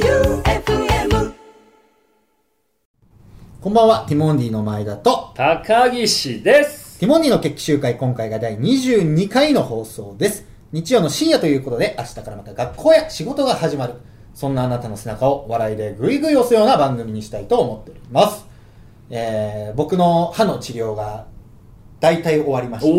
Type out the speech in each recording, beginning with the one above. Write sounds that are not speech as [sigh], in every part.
J-O-E-U-F-M こんばんは、ティモンディの前田と、高岸ですティモンディの決起集会、今回が第22回の放送です。日曜の深夜ということで、明日からまた学校や仕事が始まる。そんなあなたの背中を笑いでぐいぐい押すような番組にしたいと思っております。えー、僕の歯の治療が大体終わりまして、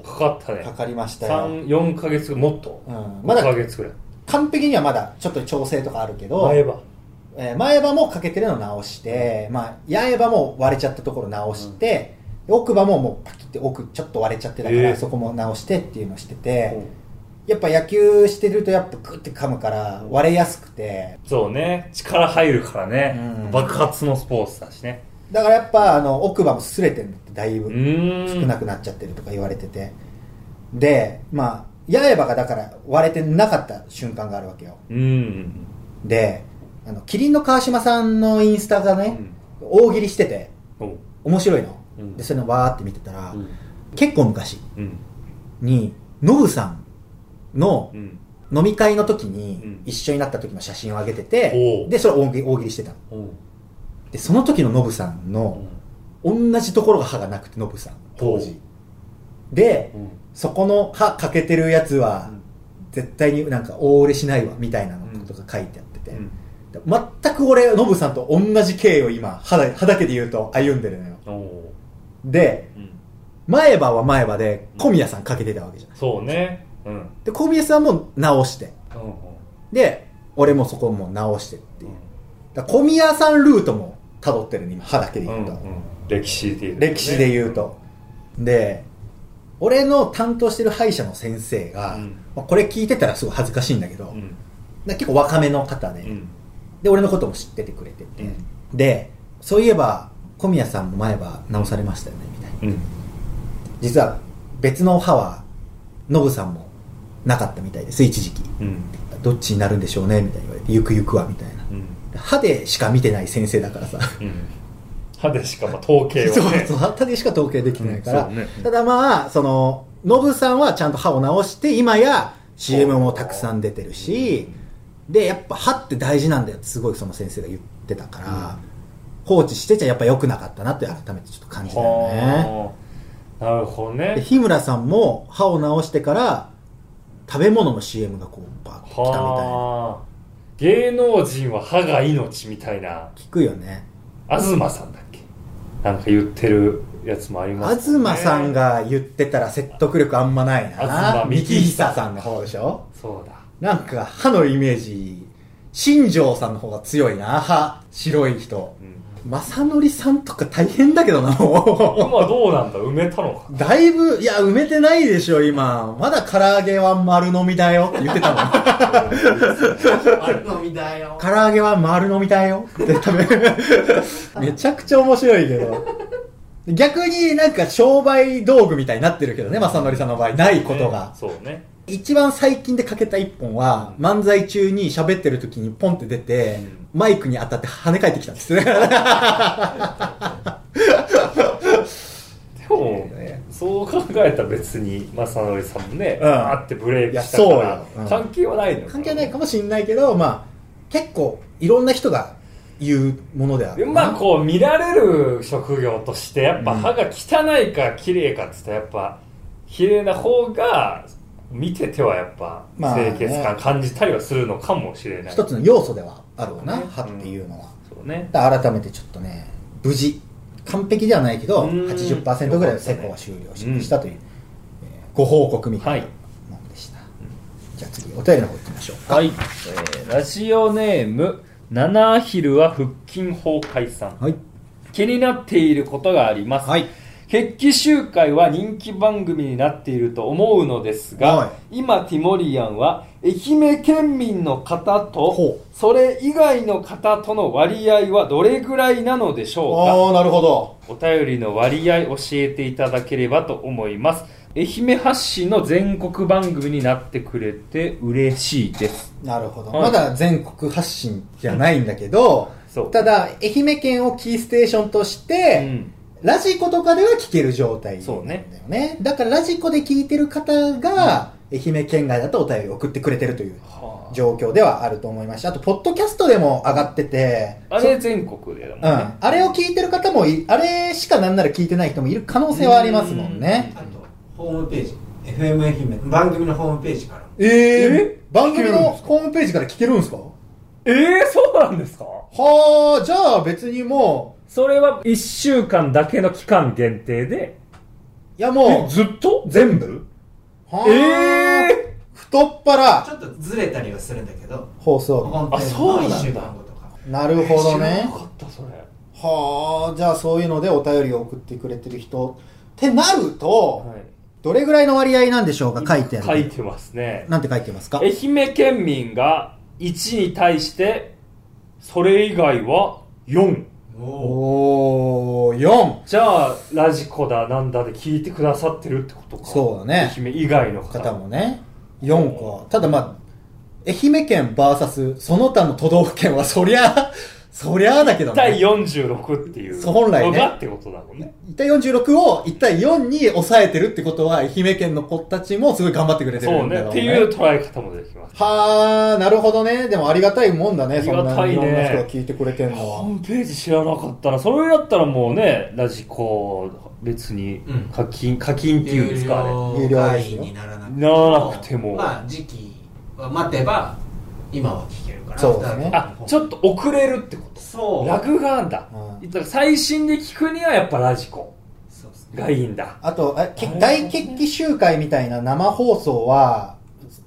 おおかかったねかかりましたよ。 34か月もっと、うん、ままだだヶ月ぐらい完璧にはまだちょっと調整とかあるけど、前歯えー前歯もかけてるの直して、まあ、八重歯も割れちゃったところ直して、奥歯ももうパキって奥ちょっと割れちゃってたから、えーそこも直してっていうのをしてて、やっぱ野球してるとやっぱグッて噛むから割れやすくて、そうね力入るからね、うん爆発のスポーツだしねだからやっぱあの奥歯も擦れてるのってだいうぶ少ーんなくなっちゃってるとか言われてて、で、まあ、八重歯がだから割れてなかった瞬間があるわけよ。うんで、あの、キリンの川島さんのインスタがね、大喜利してて、おう面白いの、うんでそれのわーって見てたら、うん結構昔うんにノブさんのうん飲み会の時うにん一緒になった時の写真を上げてて、おうでそれを大喜利大喜利してたのおうでその時のノブさんうのん同じところが歯がなくてノブさん当時でうんそこの歯欠けてるやつは絶対になんか大売れしないわみたいなのとか書いてあってて、うんで全く俺ノブさんと同じ経緯を今歯だ歯だけで言うと歩んでるのよおうでうん前歯は前歯で小宮さんかけてたわけじゃんそうねうんうんで小宮さんも直してで俺もそこも直してっていうだから小宮さんルートも辿ってるね今歯だけでう言んうと、うん歴史で言うとね歴史で言うと、で俺の担当してる歯医者の先生が、うんまあこれ聞いてたらすごい恥ずかしいんだけど、うだかんら結構若めの方で、うんで俺のことも知っててくれてて、うんでそういえば小宮さんも前歯直されましたよねみたいなうん実は別の歯はノブさんもなかったみたいです一時期うんどっちになるんでしょうねみたいに言われてゆくゆくはみたいなうん歯でしか見てない先生だからさうん歯でしかまあ統計 [laughs] そうをねそう歯でしか統計できないから、うんそうねただまあそのノブさんはちゃんと歯を直して今や CM もたくさん出てるしでやっぱ歯って大事なんだよってすごいその先生が言ってたから、放置してちゃやっぱ良くなかったなって改めてちょっと感じたよねはあなるほどでね日村さんも歯を直してから食べ物の CM がこうバーッと来たみたいなはあ芸能人は歯が命みたいな聞くよね東さんだっけなんか言ってるやつもありますもね東さんが言ってたら説得力あんまないな東幹幹久久さんの方でしょそうだなんか歯のイメージ新庄さんの方が強いな歯白い人うん正則さんとか大変だけどな [laughs] 今もどうなんだ埋めたのかうだいぶいや埋めてないでしょ今まだ唐揚げは丸飲みだよって言ってたもん [laughs] 唐揚げは丸飲みだよって食べめちゃくちゃ面白いけど逆になんか商売道具みたいになってるけどね正則さんの場合ないことが、ねそうね一番最近でかけた一本は、漫才中に喋ってる時にポンって出て、マイクに当たって跳ね返ってきたんですね。でもそう考えたら別に正則さんもね、うんあってブレイクしたかいやらそうようん関係はないの関係ないかもしんないけど、まあ、結構いろんな人が言うものであでる。まあこう見られる職業としてやっぱ歯が汚いか綺麗かっつったらやっぱ綺麗な方が見ててはやっぱまあね清潔感感じたりはするのかもしれない、一つの要素ではあるわな、ね歯っていうのは。そうねだから改めてちょっとね、無事、完璧ではないけど、うん80%ぐらいの施工は終了しましたという、えーご報告みたいなものでした。じゃあ次、お便りの方行きましょうか。はい、えーラジオネーム七アヒルは腹筋崩壊さんはい。気になっていることがあります、はい。決起集会は人気番組になっていると思うのですが、は今ティモリアンは愛媛県民の方とほそれ以外の方との割合はどれぐらいなのでしょうかああ、なるほど。お便りの割合教えていただければと思います愛媛発信の全国番組になってくれて嬉しいですなるほど、はまいだ全国発信じゃないんだけどそうただ愛媛県をキーステーションとしうて、んラジコとかでは聞ける状態なんだよそうねねだからラジコで聞いてる方が、愛媛県外だとお便りを送ってくれてるというはあ状況ではあると思いましたあとポッドキャストでも上がっててあれ全国でだもんうん、ね、あれを聞いてる方もいあれしかなんなら聞いてない人もいる可能性はありますもんねあとホームページ FM 愛媛番組のホームページからえー、え番組聞けるんのですホームページから聞けるんですかええそうなんですかはあじゃあ別にもそれは1週間だけの期間限定でういやもずっと全部うはあええ太っち腹ょっとずれたりはするんだけど放送ホームページそうなんだ1週間後とかなるほど知らねなかったそれはあじゃあそういうのでお便りを送ってくれてる人ってなると、はいどれぐらいの割合なんでしょうか書いてある書いてますねなんて書いてますか愛媛県民が1に対してそれ以外は4おおおお4じゃあラジコだなんだで聞いてくださってるってことかそうだね愛媛以外の方方もね4かただまあ愛媛県 VS その他の都道府県はそりゃ [laughs] そりゃあだけど対ね46っていうそう本来ねのがってことだもんね1対46を1対4に抑えてるってことは愛媛県の子たちもすごい頑張ってくれてそるうんだねろうっねていう捉え方もできますはあなるほどねでもありがたいもんだねありがそんたないねいろんな人が聞いてくれてるのはホームページ知らなかったなそれだったらもうねラジコ別にうん課金、課金っていうんですかあれ有有料料で会す員よにならなくてならなくてもまあ時期は待てば今は聞けるからそうですねあちょっと遅れるってことそうラグがあんだ,、うんだから最新で聞くにはやっぱラジコそうですねがいいんだあとあけあれ大決起集会みたいな生放送は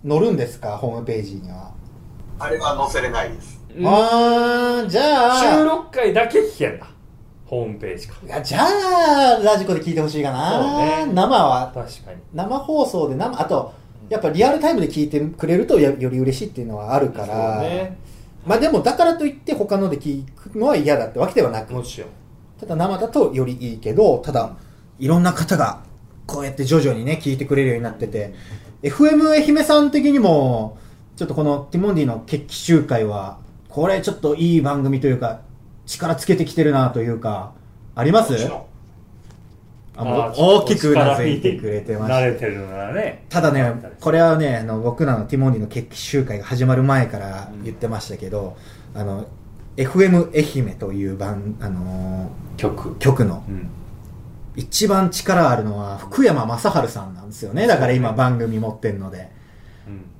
載るんですかホームページには、あれは載せれないです。あーじ収ゃあ録回だけ聞けんだホームページかいやじゃあラジコで聞いてほしいかな、そうね生は確かに生放送で生あとやっぱリアルタイムで聞いてくれるとやより嬉しいっていうのはあるから、そうねまあでもだからといって他ので聞くのは嫌だってわけではなくもちろんただ生だとよりいいけどただいろんな方がこうやって徐々にね聞いてくれるようになってて FM 愛媛さん的にもちょっとこのティモンディの決起集会はこれちょっといい番組というか力つけてきてるなというかありますもちろんあもあうーちょっ大ときくうなずいてくれてま慣れしてるならねただねこれはねあの僕らのティモンディの決起集会が始まる前から言ってましたけど、あの FM 愛媛という番、あの曲ー局のうん一番力あるのは福山雅治さんなんですよね。だから今番組持ってんので。だか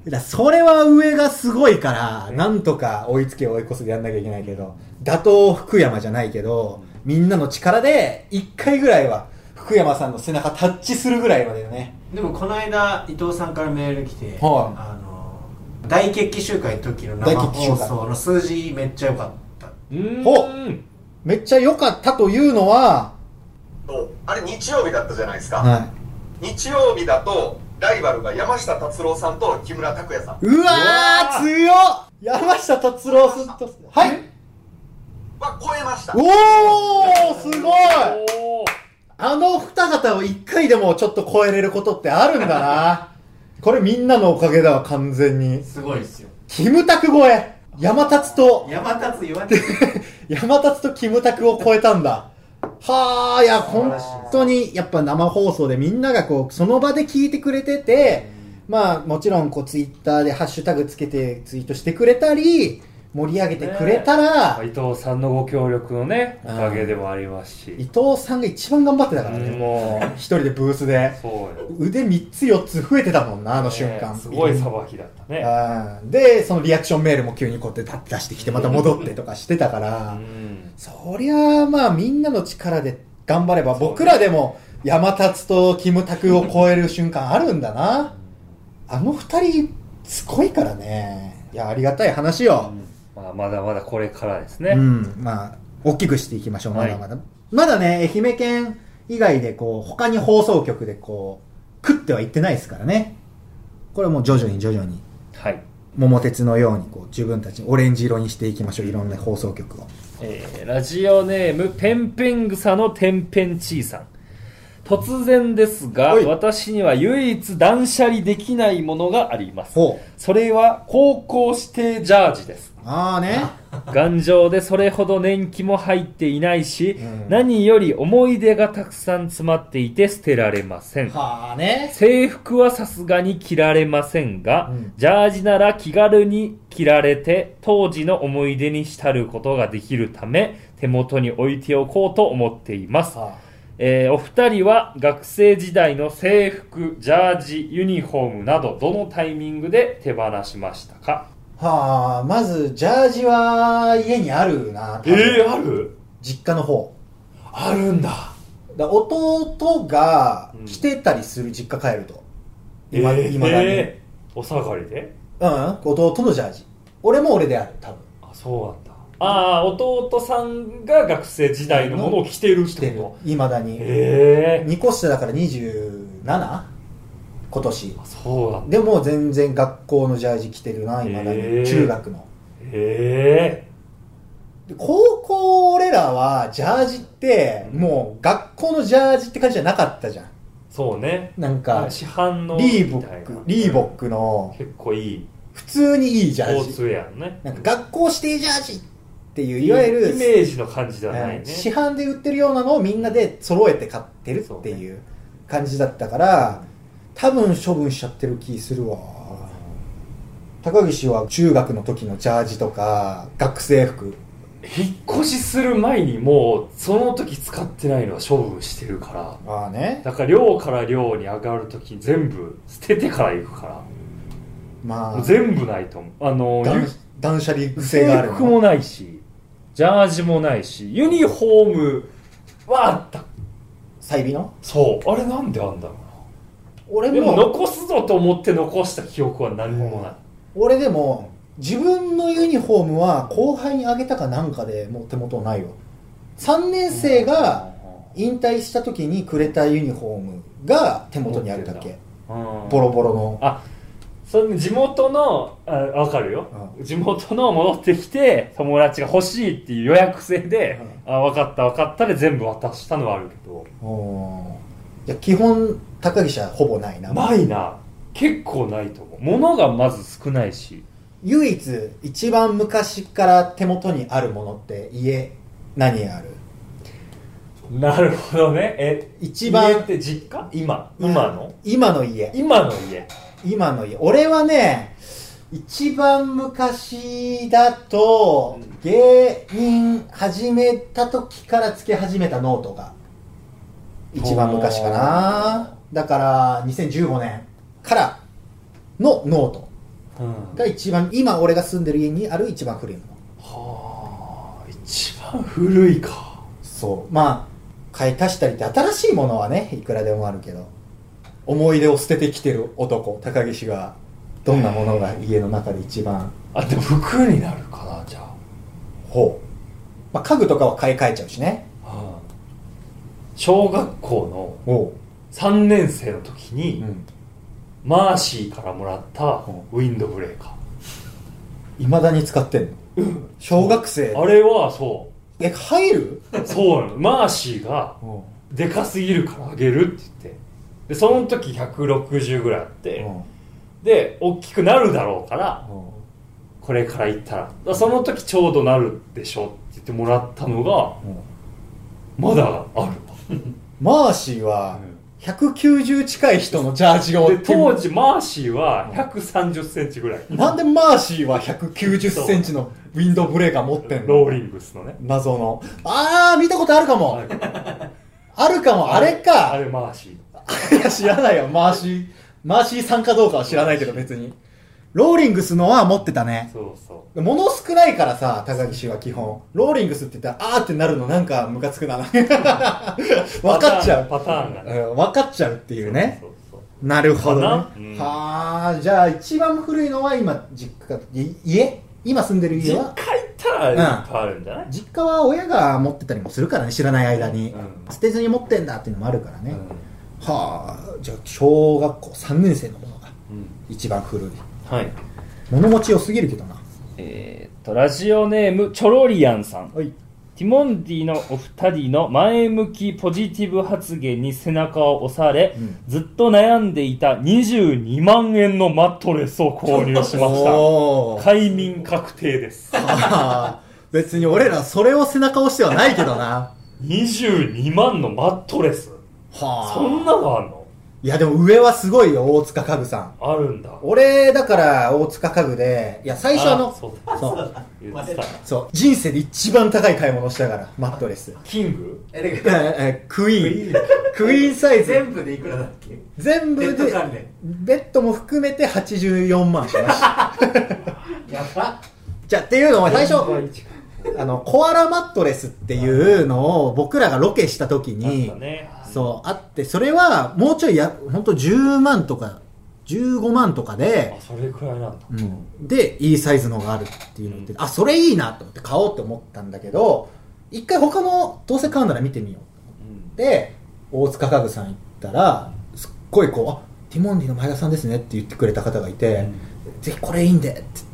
うんらそれは上がすごいから、なんとか追いつけ追い越すでやんなきゃいけないけど、打倒福山じゃないけど、みんなの力で一回ぐらいは福山さんの背中タッチするぐらいまでね。でもこの間伊藤さんからメール来て、はいあの大決起集会の時の生放送の数字めっちゃ良かったうんほめっちゃ良かったというのは、もうあれ日曜日だったじゃないですか。は日曜日だと、ライバルが山下達郎さんと木村拓哉さんい。うわーうわー強っ山下達郎すっと、はいは超えました。おーすごいおーあの二方を一回でもちょっと超えれることってあるんだな。 [laughs] これみんなのおかげだわ、完全に。すごいですよキムタク超え山立と、山立つ言われて [laughs] 山立とキムタクを超えたんだ。はあ、いや、本当に、やっぱ生放送でみんながこう、その場で聞いてくれてて、まあ、もちろんこう、ツイッターでハッシュタグつけてツイートしてくれたり、盛り上げてくれたら、伊藤さんのご協力のねおうんかげでもありますし伊藤さんが一番頑張ってたからね。もう一人でブースで。そうよ腕3つ4つ増えてたもんなあの瞬間、ねすごいさばきだったねうんでそのリアクションメールも急にこうやってパッて出してきてまた戻ってとかしてたかうらんそりゃあまあみんなの力で頑張れば僕らでも山立とキムタクを超える瞬間あるんだなあの二人すごいからねいやありがたい話よ、まあまだまだこれからですねうん、まあ、大きくしていきましょう、まはいだまだ。まだね、愛媛県以外で、こう、他に放送局で、こう、食ってはいってないですからね。これはもう徐々に徐々に、はい桃鉄のように、こう、自分たちオレンジ色にしていきましょう、いろんな放送局を。えーラジオネームペンペン草のてんぺんちいさん突然ですが、はい私には唯一断捨離できないものがあります。ほう。それは高校指定ジャージです。ああね。頑丈でそれほど年季も入っていないし、うん何より思い出がたくさん詰まっていて捨てられません。はあね。制服はさすがに着られませんが、うんジャージなら気軽に着られて当時の思い出に浸ることができるため手元に置いておこうと思っています、はえーお二人は学生時代の制服ジャージユニフォームなどどのタイミングで手放しましたかあ、はあ、まず、ジャージは家にあるな。多分ある実家の方。あるんだだ弟がうん着てたりする、実家帰ると。今、今だに。えーお下がりでうん、弟のジャージ。俺も俺である、多分。あそうなんだああ弟さんが学生時代のものを着てるっ着ててるこ。いまだに。とええ2個下だから 27? 今年。そうなんだでも全然学校のジャージ着てるな、いまだに。へえ中学の。へえで高校俺らはジャージってもう学校のジャージって感じじゃなかったじゃんそうねなんか市販のリーボみたいッなクリーボックの結構いい普通にいいジスャポーージツウェアのねなんか学校指定ジャージっていういわゆるイメージの感じではないうんね市販で売ってるようなのをみんなで揃えて買ってるっていう感じだったから多分処分しちゃってる気するわ高岸は中学の時のジャージとか学生服引っ越しする前にもうその時使ってないのは処分してるからああねだから寮から寮に上がる時全部捨ててから行くかまらあもう全部ないと思うあの断ゆ断捨離癖がある制の服もないしジャージもないしユニフォームはあった細美のそうあれなんであんだろうな俺でもも残すぞと思って残した記憶は何もない、俺でも自分のユニフォームは後輩にあげたかなんかでもう手元ないよ3年生が引退した時にくれたユニフォームが手元にあるだ持ってけうんボロボロのあその地元のあ分かるよ、地元の戻ってきて友達が欲しいっていう予約制で、あ分かった分かったで全部渡したのはあるけどおーいや基本高岸はほぼないなないな結構ないと思う物がまず少ないし唯一一番昔から手元にあるものって家何あるなるほどねえ一番家って実家今今の、今の家今の家今の家俺はね一番昔だと芸人始めた時からつけ始めたノートが一番昔かなだから2015年からのノートうんが一番今俺が住んでる家にある一番古いものはあ一番古いかそうまあ買い足したりって新しいものはねいくらでもあるけど思い出を捨ててきてる男高岸がどんなものが家の中で一番あでも服になるかなじゃほう、まあ、家具とかは買い替えちゃうしねあ、小学校のおう、 3年生の時に、ん、マーシーからもらったうんウィンドブレーカいまだに使ってんの、小学生ーあれはそえ入るうそうなのマーシーがうんでかすぎるからあげるって言ってでその時160ぐらいあって、で大きくなるだろうからこれから行ったらだからその時ちょうどなるでしょって言ってもらったのがまだあるマーシーは190近い人のジャージをで当時マーシーは1 3 0ンチぐらいなんでマーシーは1 9 0ンチのウィンドブレーカー持ってんのローリングスのね謎のあー見たことあるか [laughs] も、あるかもあれあかれマーシーいや知らないよマーシーマーシーさんかどうかは知らないけど別にローリングスのは持ってたねそうそ物少ないからさ、高岸は基本。ローリングスって言ったら、あーってなるのなんかムカつく [laughs] な。分うかっちゃう。パターンパターンがねうん分かっちゃうっていうね。そうそうなるほど、ね。かなうんはあ、じゃあ一番古いのは今、実家か、い家今住んでる家実家行はったらいっぱいあるんじゃない、実家は親が持ってたりもするからね、知らない間に。うん捨てずに持ってんだっていうのもあるからね。うんはあ、じゃあ小学校3年生のものがうん一番古い。はい物持ち良すぎるけどな。えーっとラジオネームチョロリアンさんはい。ティモンディのお二人の前向きポジティブ発言に背中を押され、うんずっと悩んでいた22万円のマットレスを購入しましおたー快眠確定ですあー別に俺らそれを背中押してはないけどな。 22万のマットレスはあ。そんなのあんのいやでも上はすごいよ、大塚家具さん。あるんだ俺、だから大塚家具で、いや最初あの、あそうだそう、言ってたそう、人生で一番高い買い物をしたから、マットレス。キングえれええクイーン。クイーンサイズ。全部でいくらだっけ全部ベッドで、関連ベッドも含めて84万しました。やばじゃあっていうのも最初、あの、コアラマットレスっていうのを僕らがロケした時あにった、ねそう、あって、それはもうちょいや、ほんと10万とか、15万とかであ、それくらいなんだうん、でいいサイズのがあるっていうので、あそれいいなと思って買おうって思ったんだけど一回他のどうせ買うなら見てみよううんで大塚家具さん行ったらすっごいこう「あティモンディの前田さんですね」って言ってくれた方がいて「ぜひこれいいんで」って言っ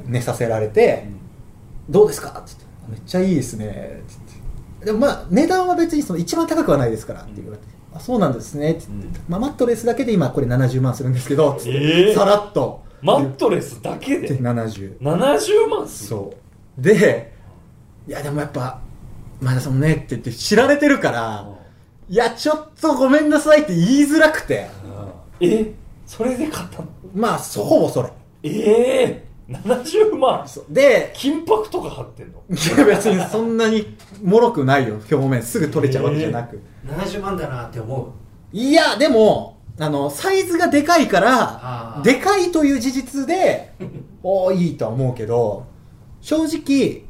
て寝させられて「どうですか?」って言って「めっちゃいいですね」って言ってでもまあ値段は別にその一番高くはないですからって言われて「あそうなんですね」って言って、まあ、マットレスだけで今これ70万するんですけど」って言ってえーさらっとマットレスだけ言っでて70 70万っすそうでいやでもやっぱ前田さんもねって言って知られてるからいやちょっとごめんなさいって言いづらくてえそれで買ったのまあそほぼそれええ70万そうで金箔とか貼ってんのいや別にそんなにもろくないよ表面すぐ取れちゃうわけじゃなく、 70万だなって思いやでもあのサイズがでかいかあーらでかいという事実 [laughs] でおーいいとは思うけど正直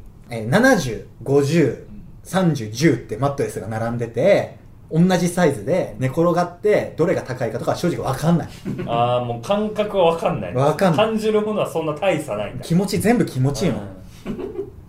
70503010ってマットレスが並んでて同じサイズで寝転がってどれが高いかとかは正直わかんないああもう感覚は分かんないわかんない感じるものはそんな大差ないんだ気持ち全部気持ちいいの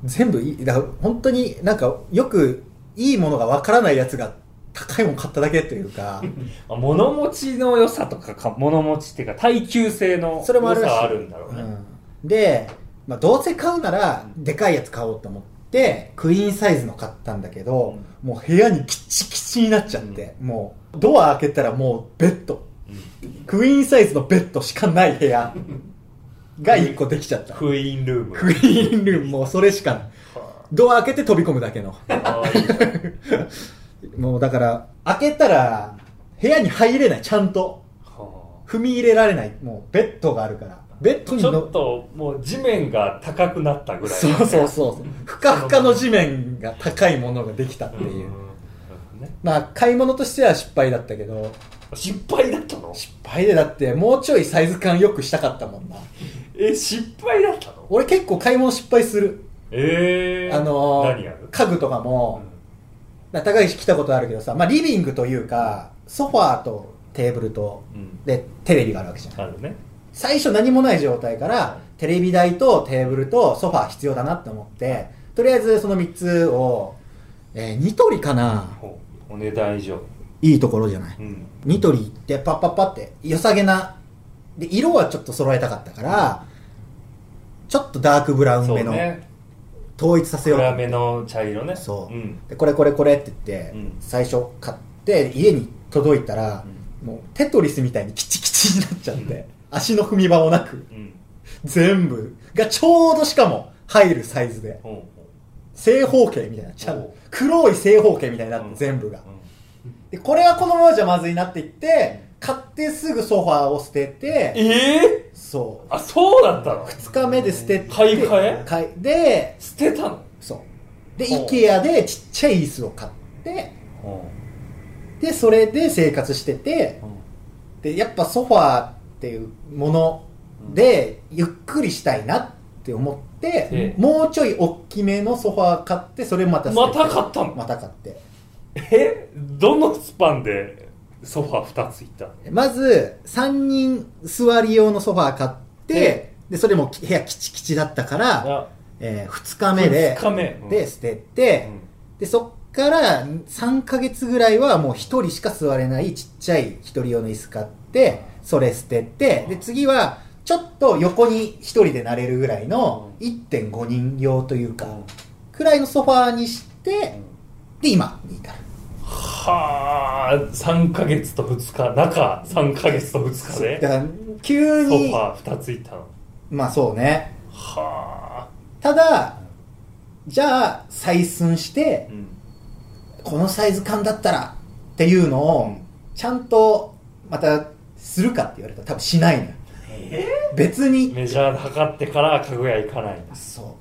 全部いいだから本当になんかよくいいものがわからないやつが高いもの買っただけというかまあ物持ちの良さとかか物持ちっていうか耐久性の良それさもあるしはあるんだろうね、うん、で、まあ、どうせ買うならでかいやつ買おうと思ってクイーンサイズの買ったんだけど、もう部屋にキチキチになっちゃって、もうドア開けたらもうベッド、クイーンサイズのベッドしかない部屋が1個できちゃったククイーンルームイーンルームもうそれしかないドア開けて飛び込むだけのあーいいじゃんもうだから開けたら部屋に入れないちゃんとは踏み入れられないもうベッドがあるからベッドあにちのょっともう地面が高くなったぐらいそうそうそうそうふかふかの地面が高いものができたってうんいう、なるほどねまあ買い物としては失敗だったけど失敗だったの失敗でだってもうちょいサイズ感よくしたかったもんなえ失敗だったの俺結構買い物失敗する、ええー、あのー何やる家具とかも、だから高岸来たことあるけどさ、まあ、リビングというかソファーとテーブルとうんでテレビがあるわけじゃんあるね最初何もない状態からテレビ台とテーブルとソファー必要だなって思ってとりあえずその3つを、えーニトリかなほうお値段以上いいところじゃないうんニトリってパッパッパって良さげなで色はちょっと揃えたかったから、ちょっとダークブラウンそうめの、ね統一させよう暗めの茶色ねそう、ん、でこれこれこれって言って、うん最初買って家に届いたら、もうテトリスみたいにキチキチになっちゃって、うん足の踏み場もなくうん、全部がちょうどしかも入るサイズでほうほう正方形みたいになっちゃおうう黒い正方形みたいになって、うん全部がうんでこれはこのままじゃまずいなって言って買ってすぐソファーを捨ててええそうあそうだったの2日目で捨てて買い替え買いで捨てたのそうでほう IKEA でちっちゃい椅子を買ってでそれで生活しててでやっぱソファーっていうものでゆっくりしたいなって思ってえ、えもうちょい大きめのソファー買ってそれまた捨ててまた買ったのまた買ってえどのスパンでソファ2ついったのまず3人座り用のソファー買って、えでそれも部屋キチキチだったから、あえ2日目で2日目うんで捨てて、でそっから3ヶ月ぐらいはもう1人しか座れないちっちゃい1人用の椅子買ってそれ捨ててで次はちょっと横に1人でなれるぐらいの1.5人用というかくらいのソファーにしって、で、今に至る。はあ3ヶ月と2日中3ヶ月と2だ日かでら、急ソフに、ァー2ついったのまあそうね。はあただ、じゃあ、採寸してう、んこのサイズ感だったらっていうのを、ちゃんと、また、するかって言われたら多分しないのよ。別に、メジャーで測ってから家具屋行かないんですそ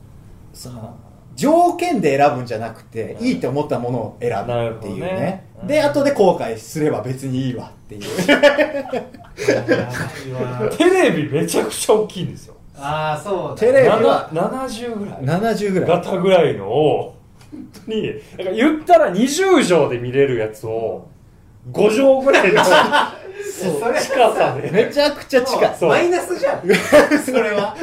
うその条件で選ぶんじゃなくて、うんいいって思ったものを選ぶっていうねなるほどねうんで後で後悔すれば別にいいわっていうテレビめちゃくちゃ大きいんですよああそうだテレビはなな70ぐらい70ぐらガいタぐらいのを本当になんか言ったら20畳で見れるやつを5畳ぐらいのえそれ近さめでちゃくちゃ近いそうマイナスじ [laughs] ゃんそれは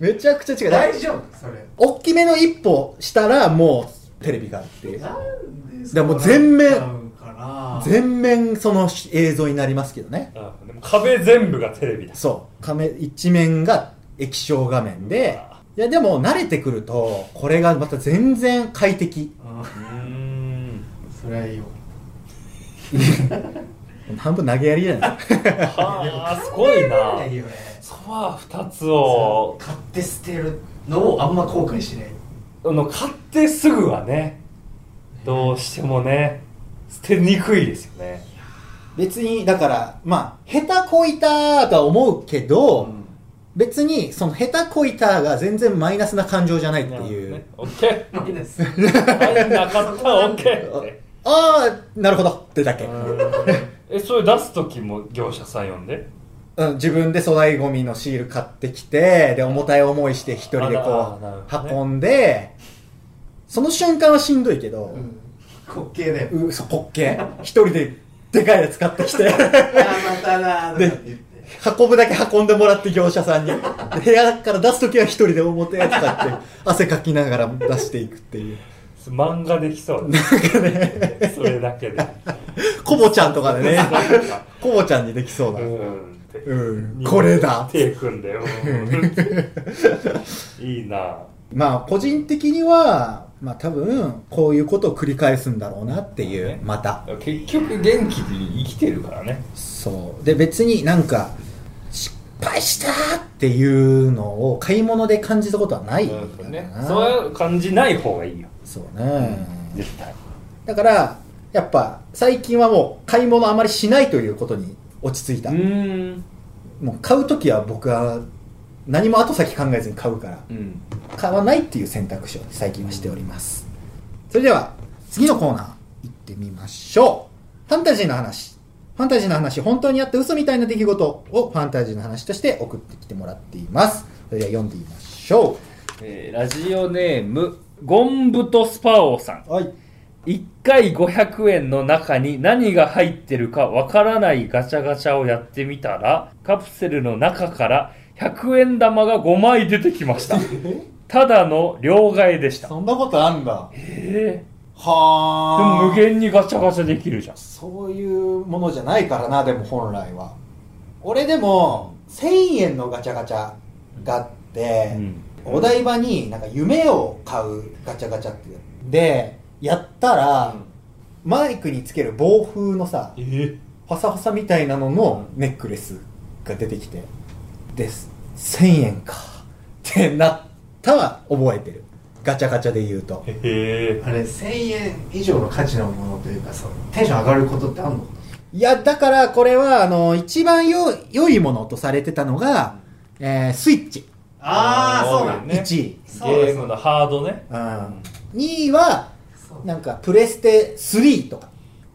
めちゃくちゃ近いだか大ら丈夫それ大きめの一歩したらもうテレビがあるっていうなんででも全面そうなっちゃうかな全面その映像になりますけどねあでも壁全部がテレビだそう画面一面が液晶画面でいやでも慣れてくるとこれがまた全然快適ううーんんそれはいいよ半分投げやりじゃないはあすごいなないよねソファー2つを買って捨てるのをあんま後悔しないあの買ってすぐはねどうしてもね捨てにくいですよね [laughs] 別にだからまあ下手こいたとは思うけど、別にその下手こいたが全然マイナスな感情じゃないっていう、なるほどね OK マイナスなかった [laughs] OK ってああなるほどってだけ、えそれ出す時も業者さん呼んでうん、自分で粗大ゴミのシール買ってきてで重たい思いして一人であこーなるほうどね運んでその瞬間はしんどいけど、うん滑稽だようそ滑稽一人ででかいやつ買ってきてあーまたなーとかって言って [laughs] 運ぶだけ運んでもらって業者さんにで部屋から出す時は一人で重たいやつ買って汗かきながら出していくっていう漫画できそうだねそれだけでコボちゃんとかで [laughs] ね、コボちゃんにできそううだ。んってうん、これだ。手組ん [laughs] でうんいいなまあ、個人的には、まあ多分、こういうことを繰り返すんだろうなっていそううね、また。結局元気に生きてるからねそう。で、別になんか、失敗したっていうのを買い物で感じたことはないうんからねなそういう感じない方がいいよそうね。絶対だから、やっぱ、最近はもう買い物あまりしないということに落ち着いた。んもう買うときは僕は何も後先考えずに買うから。うん買わないっていう選択肢を最近はしておりますそれでは次のコーナー行ってみましょうファンタジーの話ファンタジーの話本当にあった嘘みたいな出来事をファンタジーの話として送ってきてもらっていますそれでは読んでみましょえーラジオネームゴンブトスパオさんうはい1回500円の中に何が入ってるかわからないガチャガチャをやってみたらカプセルの中から100円玉が5枚出てきました [laughs] ただの両替でしたんなことあんだえー、ではも無限にガチャガチャできるじゃんそういうものじゃないからなでも本来は俺でも1000円のガチャガチャがあって、うんお台場になんか夢を買うガチャガチャってでやったら、マイクにつける防風のさえー、ファサファサみたいなののネックレスが出てきてです1000円かってなったは覚えてるガチャガチャで言うとえあれ1000円以上の価値のものというかそうテンション上がることってあんのいや、だからこれは、あの、一番よ、良いものとされてたのが、えースイッチ。ああそうだね1位。そうだゲームのハードねうん。2位は、そうなんか、プレステ3とか、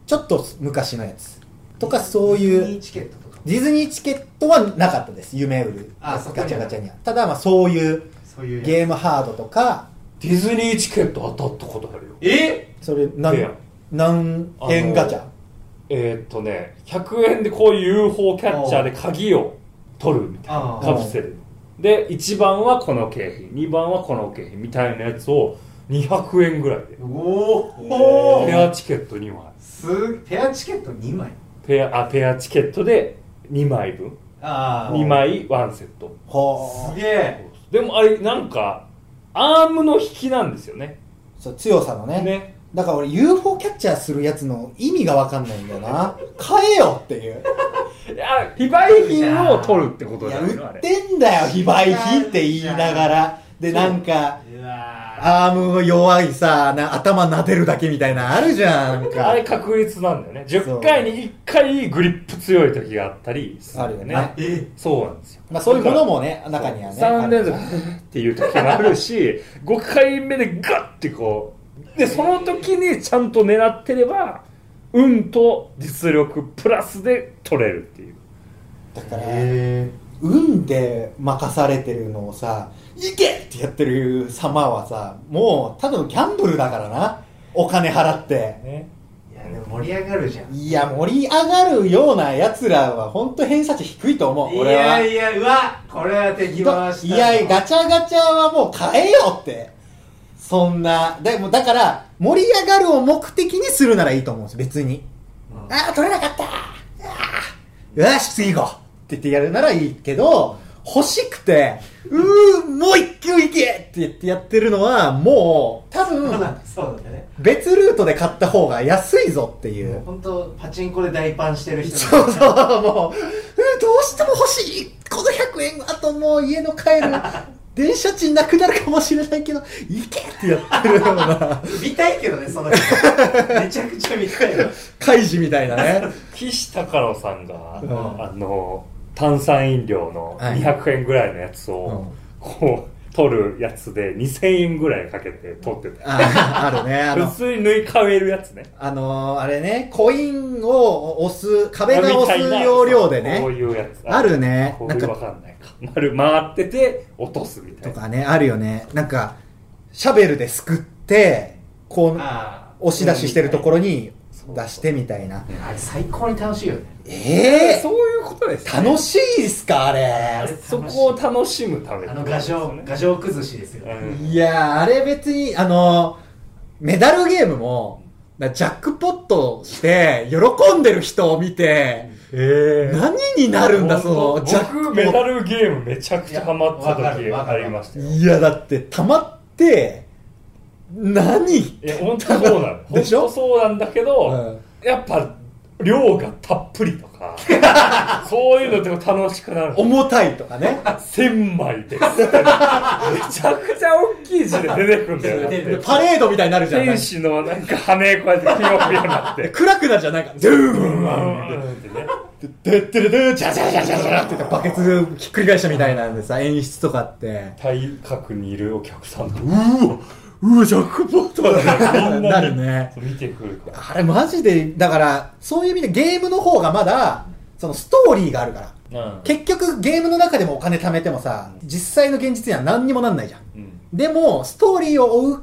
ちょっと昔のやつ。とか、そデうィズいニーう、チケットとかディズニーチケットはなかったです。夢売る。あそっかガチャガチャには。ただ、まあ、そういう、そういうゲームハードとか、ディズニーチケット当たったことあるよえそれ、なフェん、何円ガチャあのえー、っとね100円でこういう UFO キャッチャーで鍵を取るみたいなあーカプセルで1番はこの景品2番はこの景品みたいなやつを200円ぐらいでおおペアチケット2枚すペアチケット2枚ペアあペアチケットで2枚分ああ2枚ワンセットほすう。げえでもあれなんかアームの引きなんですよねそう強さのねねだから俺 UFO キャッチャーするやつの意味がわかんないんだよな買えよっていういや非売品を取るってこといだやよねあ売っれてんだよ非売品って言いながらでなんかうわアーム弱いさな頭撫でるだけみたいなあるじゃんなんかあれ確率なんだよねそう10回に1回グリップ強い時があったりするんだよあるよねえそうなんですよまあ、そういうものもね中にはね3連続あるっていう時もあ [laughs] るし5回目でガッてこうでその時にちゃんと狙ってれば運と実力プラスで取れるっていうだから、え運で任されてるのをさ「いけ!」ってやってる様はさもうただのギャンブルだからなお金払ってねいやでも盛り上がるじゃんいや盛り上がるようなやつらは本当偏差値低いと思う俺はいやいやうわこれは敵回したいやガチャガチャはもう買えよってそんなでもだから盛り上がるを目的にするならいいと思うんです別に、うんああ取れなかったあーよし次行こうって言ってやるならいいけど欲しくてうーもう一球いけって言ってやってるのはもう多そう分だそうだね別ルートで買った方が安いぞっていう、本当パチンコで大パンしてる人そうそう、もう、うんどうしても欲しいこの100円、あともう家の帰る、電車賃なくなるかもしれないけど、行けってやってるような、見たいけどねその人 [laughs] めちゃくちゃ見たいよ開示みたいなね。岸隆乃さんが、うんあの炭酸飲料のはい200円ぐらいのやつうんを、こう取るやつで2000円ぐらいかけて取ってたああるね、あの普、通に縫い替えるやつねあのーあれね、コインを押す、壁が押みすたいな要領でこうね、いうやつあるねこうないんかうわかんないか丸回ってて落とすみたといなかね、あるよね。なんか、シャベルですくって、こう、あ押し出ししてるところろに出してみたいな。あれ最高に楽しいよねええそういうことですー、楽しいっすか、あれあれ。そこを楽しむためあの画像画像崩しですようんいやー、あれ別に、あのー、メダルゲームも、なジャックポットして、喜んでる人を見て、え何になるんだ、その、ジャックポ僕メッダルゲームめちゃくちゃハマってたい時やわかあるりましたト。よいや、だって、溜まって、何いや本当そうなの [laughs] でしょ本当そうなんだけど、やっぱ量がたっぷり [laughs] とかそういうのって楽しくなる重たいとかね。千枚ですってめちゃくちゃ大きい字で出てくるんだよだっでてパレードみたいになるじゃん。なん天か使のなんか羽こうやってピヨピヨになって暗くなるじゃん、なんか、ドゥーンででってれでー、ジャジャジャジャジャって言ってバケツひっくり返したみたいなんでさ、演出とかって。体格にいるお客さんとうわ、うわ、ジャックポットだみん [laughs] ななるにね。見てくるかあられマジで、だから、そういう意味でゲームの方がまだ、そのストーリーがあるから。結局ゲームの中でもお金貯めてもさ、実際の現実には何にもなんないじゃん。うんでも、ストーリーを追うっ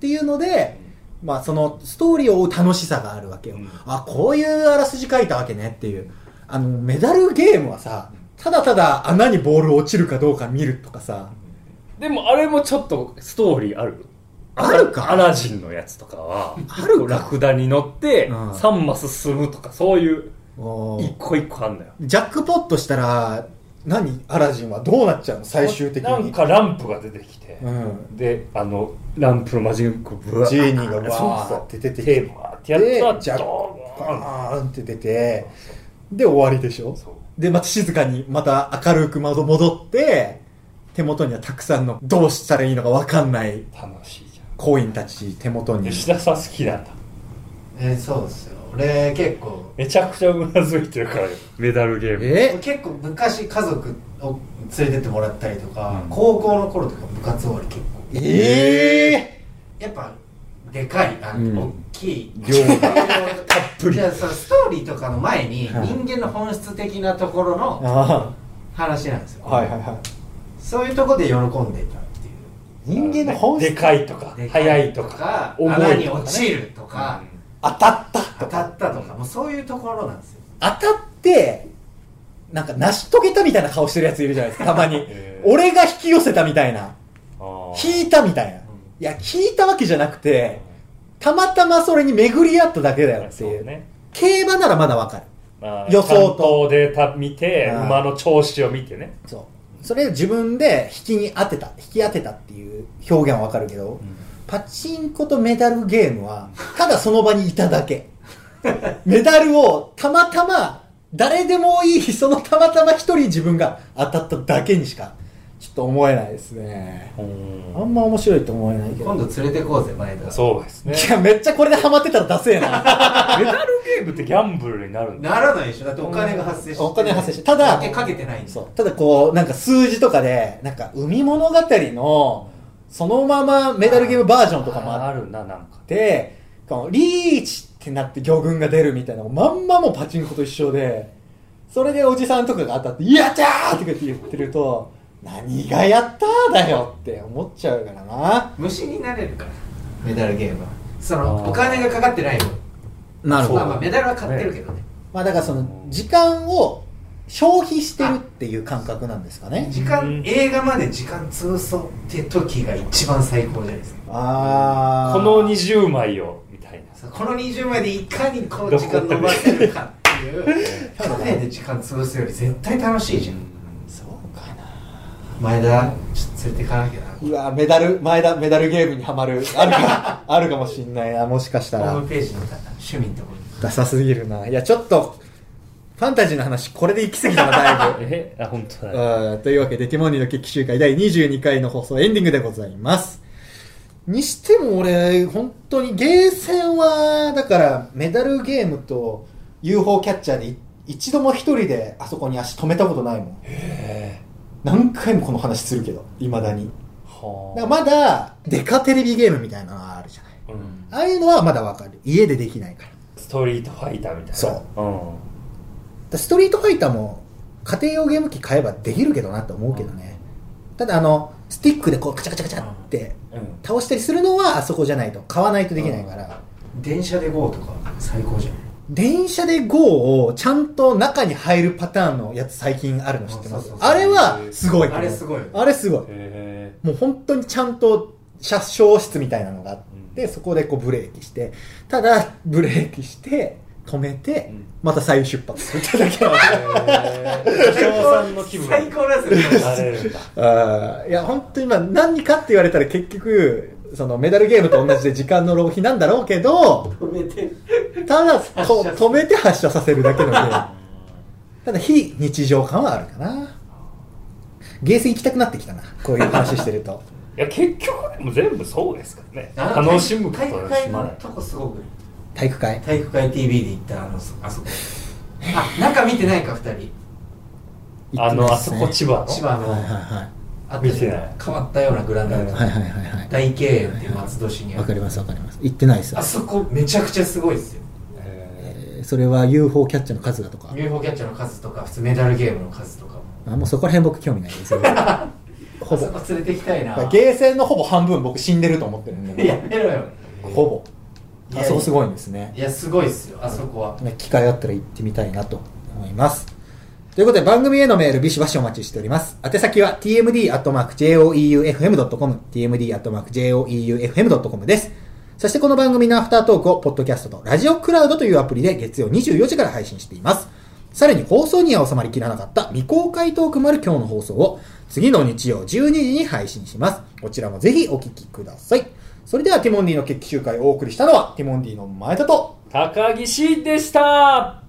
ていうので、まあそのストーリーを追う楽しさがあるわけよ。うんあ、こういうあらすじ書いたわけねっていう。あの、メダルゲームはさ、ただただ穴にボール落ちるかどうか見るとかさ、でもあれもちょっとストーリーあるあるかアラジンのやつとかはあるかこうラクダに乗ってうん3マス進むとかそういうおー一個一個あんだよジャックポットしたら、何アラジンはどうなっちゃうの最終的に。なんかランプが出てきてうん。であのランプのマジックブワジェーーニーがわそうーそっうて出てきてテーマってやったらジャックドーンバーンって出てで終わりでしょでまた静かにまた明るく窓戻って手元にはたくさんのどうしたらいいのか分かんない楽しいじゃ行員たち手元んに吉田さん好きなんだえーそうですよ俺結構めちゃくちゃうなずいてるからメダルゲームえ結構昔家族を連れてってもらったりとか、うん高校の頃とか部活終わり結構ええやっぱでかいあの、うん大きい量たがっぷりじゃあそのストーリーとかの前に人はい間の本質的なところー、のあ話なんですよ、あはいはいはいそういうとこで喜んでたっていう人間の本質でかいとかでか速いとか重いとかね穴に落ちるとか、当たった当たったとかもうそういうところなんですよ当たってなんか成し遂げたみたいな顔してるやついるじゃないですかたまに [laughs] えー俺が引き寄せたみたいなあー引いたみたいないや引いたわけじゃなくてたまたまそれに巡り合っただけだよっていそううね競馬ならまだわかるまあ、予想と関東データ見てあー馬の調子を見てねそうそれ自分で引きに当てた引き当てたっていう表現はわかるけど、パチンコとメダルゲームは、ただその場にいただけ。 [laughs] メダルをたまたま、誰でもいい、そのたまたま一人自分が当たっただけにしか、ちょっと思えないですね。あんま面白いと思えないけど。今度連れてこうぜ前田そうですねいや、めっちゃこれでハマってたらダセえな。メダルゲームってギャンブルになるんだならないでしょだってお金が発生してお金発生してただお金かけてないんだそう。ただこう、なんか数字とかで、なんか海物語の、そのままメダルゲームバージョンとかもあってあるななんかでこのリーチってなって魚群が出るみたいなのまんまもうパチンコと一緒でそれでおじさんとかが当たって「やったー!」とかって言ってると「何がやったーだよ!」って思っちゃうからな虫になれるからメダルゲームはそあのーお金がかかってない分なそうまあまあメダルは買ってるけどねまあだからその時間を消費してるっていう感覚なんですかね時間映画まで時間潰そうって時が一番最高じゃないですかあこあの20枚をみたいなさこの20枚でいかにこの時間伸ばせるかっていう [laughs] カフェで時間潰すより絶対楽しいじゃんそうかな前田ちょっと連れてかなきゃなうわメダル前田メダルゲームにはまるあるかあるかもしんないなもしかしたらホームページの趣味のところにダサすぎるないやちょっとファンタジーの話これで行き過ぎたなだいぶえあ本当だあーというわけで「ティモンディの決起集会」第22回の放送エンディングでございますにしても俺本当にゲーセンはだからメダルゲームと UFO キャッチャーでい一度も一人であそこに足止めたことないもん何回もこの話するけどいまだにだからはまだデカテレビゲームみたいなのがあるじゃないあ、うん、ああいうのはまだわかる家でできないからストリートファイターみたいな、そうん、だストリートファイターも家庭用ゲーム機買えばできるけどなと思うけどね、ただあのスティックでこうカチャカチャカチャってうん、倒したりするのはあそこじゃないと買わないとできないから、電車で GO とか最高じゃん電車で GO をちゃんと中に入るパターンのやつ最近あるの知ってまそうすそうそうあれはすごいと思うあれすごいよあれすごいへもう本当にちゃんと車掌室みたいなのがあって、そこでこうブレーキしてただブレーキして止めて、うんまた再出発するってだけ [laughs] なんでえ車掌さんの気分最高なんですよになれるんだあーいや本当に今何かって言われたら結局そのメダルゲームと同じで時間の浪費なんだろうけど止めてただと止めて発射させるだけのゲー [laughs] ムただ非日常感はあるかなゲーセン行きたくなってきたなこういう話してるといや結局でも全部そうですからねあの楽しむこと体育は会しまのないとこすごくない体育会体育会 TV で行ったあのそあそこあ中見てないか2人あのあそこ葉千葉の千葉はいはいのはあったじゃ見てない変わったようなグラウンドがいはいはいはいはい大経営っていう松戸市にあわるかりますわかります行ってないですあそこめちゃくちゃすごいですよへえーそれは UFO キャッチャーの数だとか UFO キャッチャーの数とか普通メダルゲームの数とかもあもうそこら辺僕興味ない [laughs] ですほあぼそこ連れてきたいなだからゲーセンのほぼ半分僕死んでると思ってるん [laughs] でやめろよほぼいあやそこすごいんですねいやすごいっすよあそこはね機会あったら行ってみたいなと思いますということで番組へのメールビシバシお待ちしております宛先は tmd.joeufm.com tmd.joeufm.com ですそしてこの番組のアフタートークをポッドキャストとラジオクラウドというアプリで月曜24時から配信していますさらに放送には収まりきらなかった未公開トークもある今日の放送を次の日曜12時に配信します。こちらもぜひお聞きください。それではティモンディの決起集会をお送りしたのはティモンディの前田と高岸でした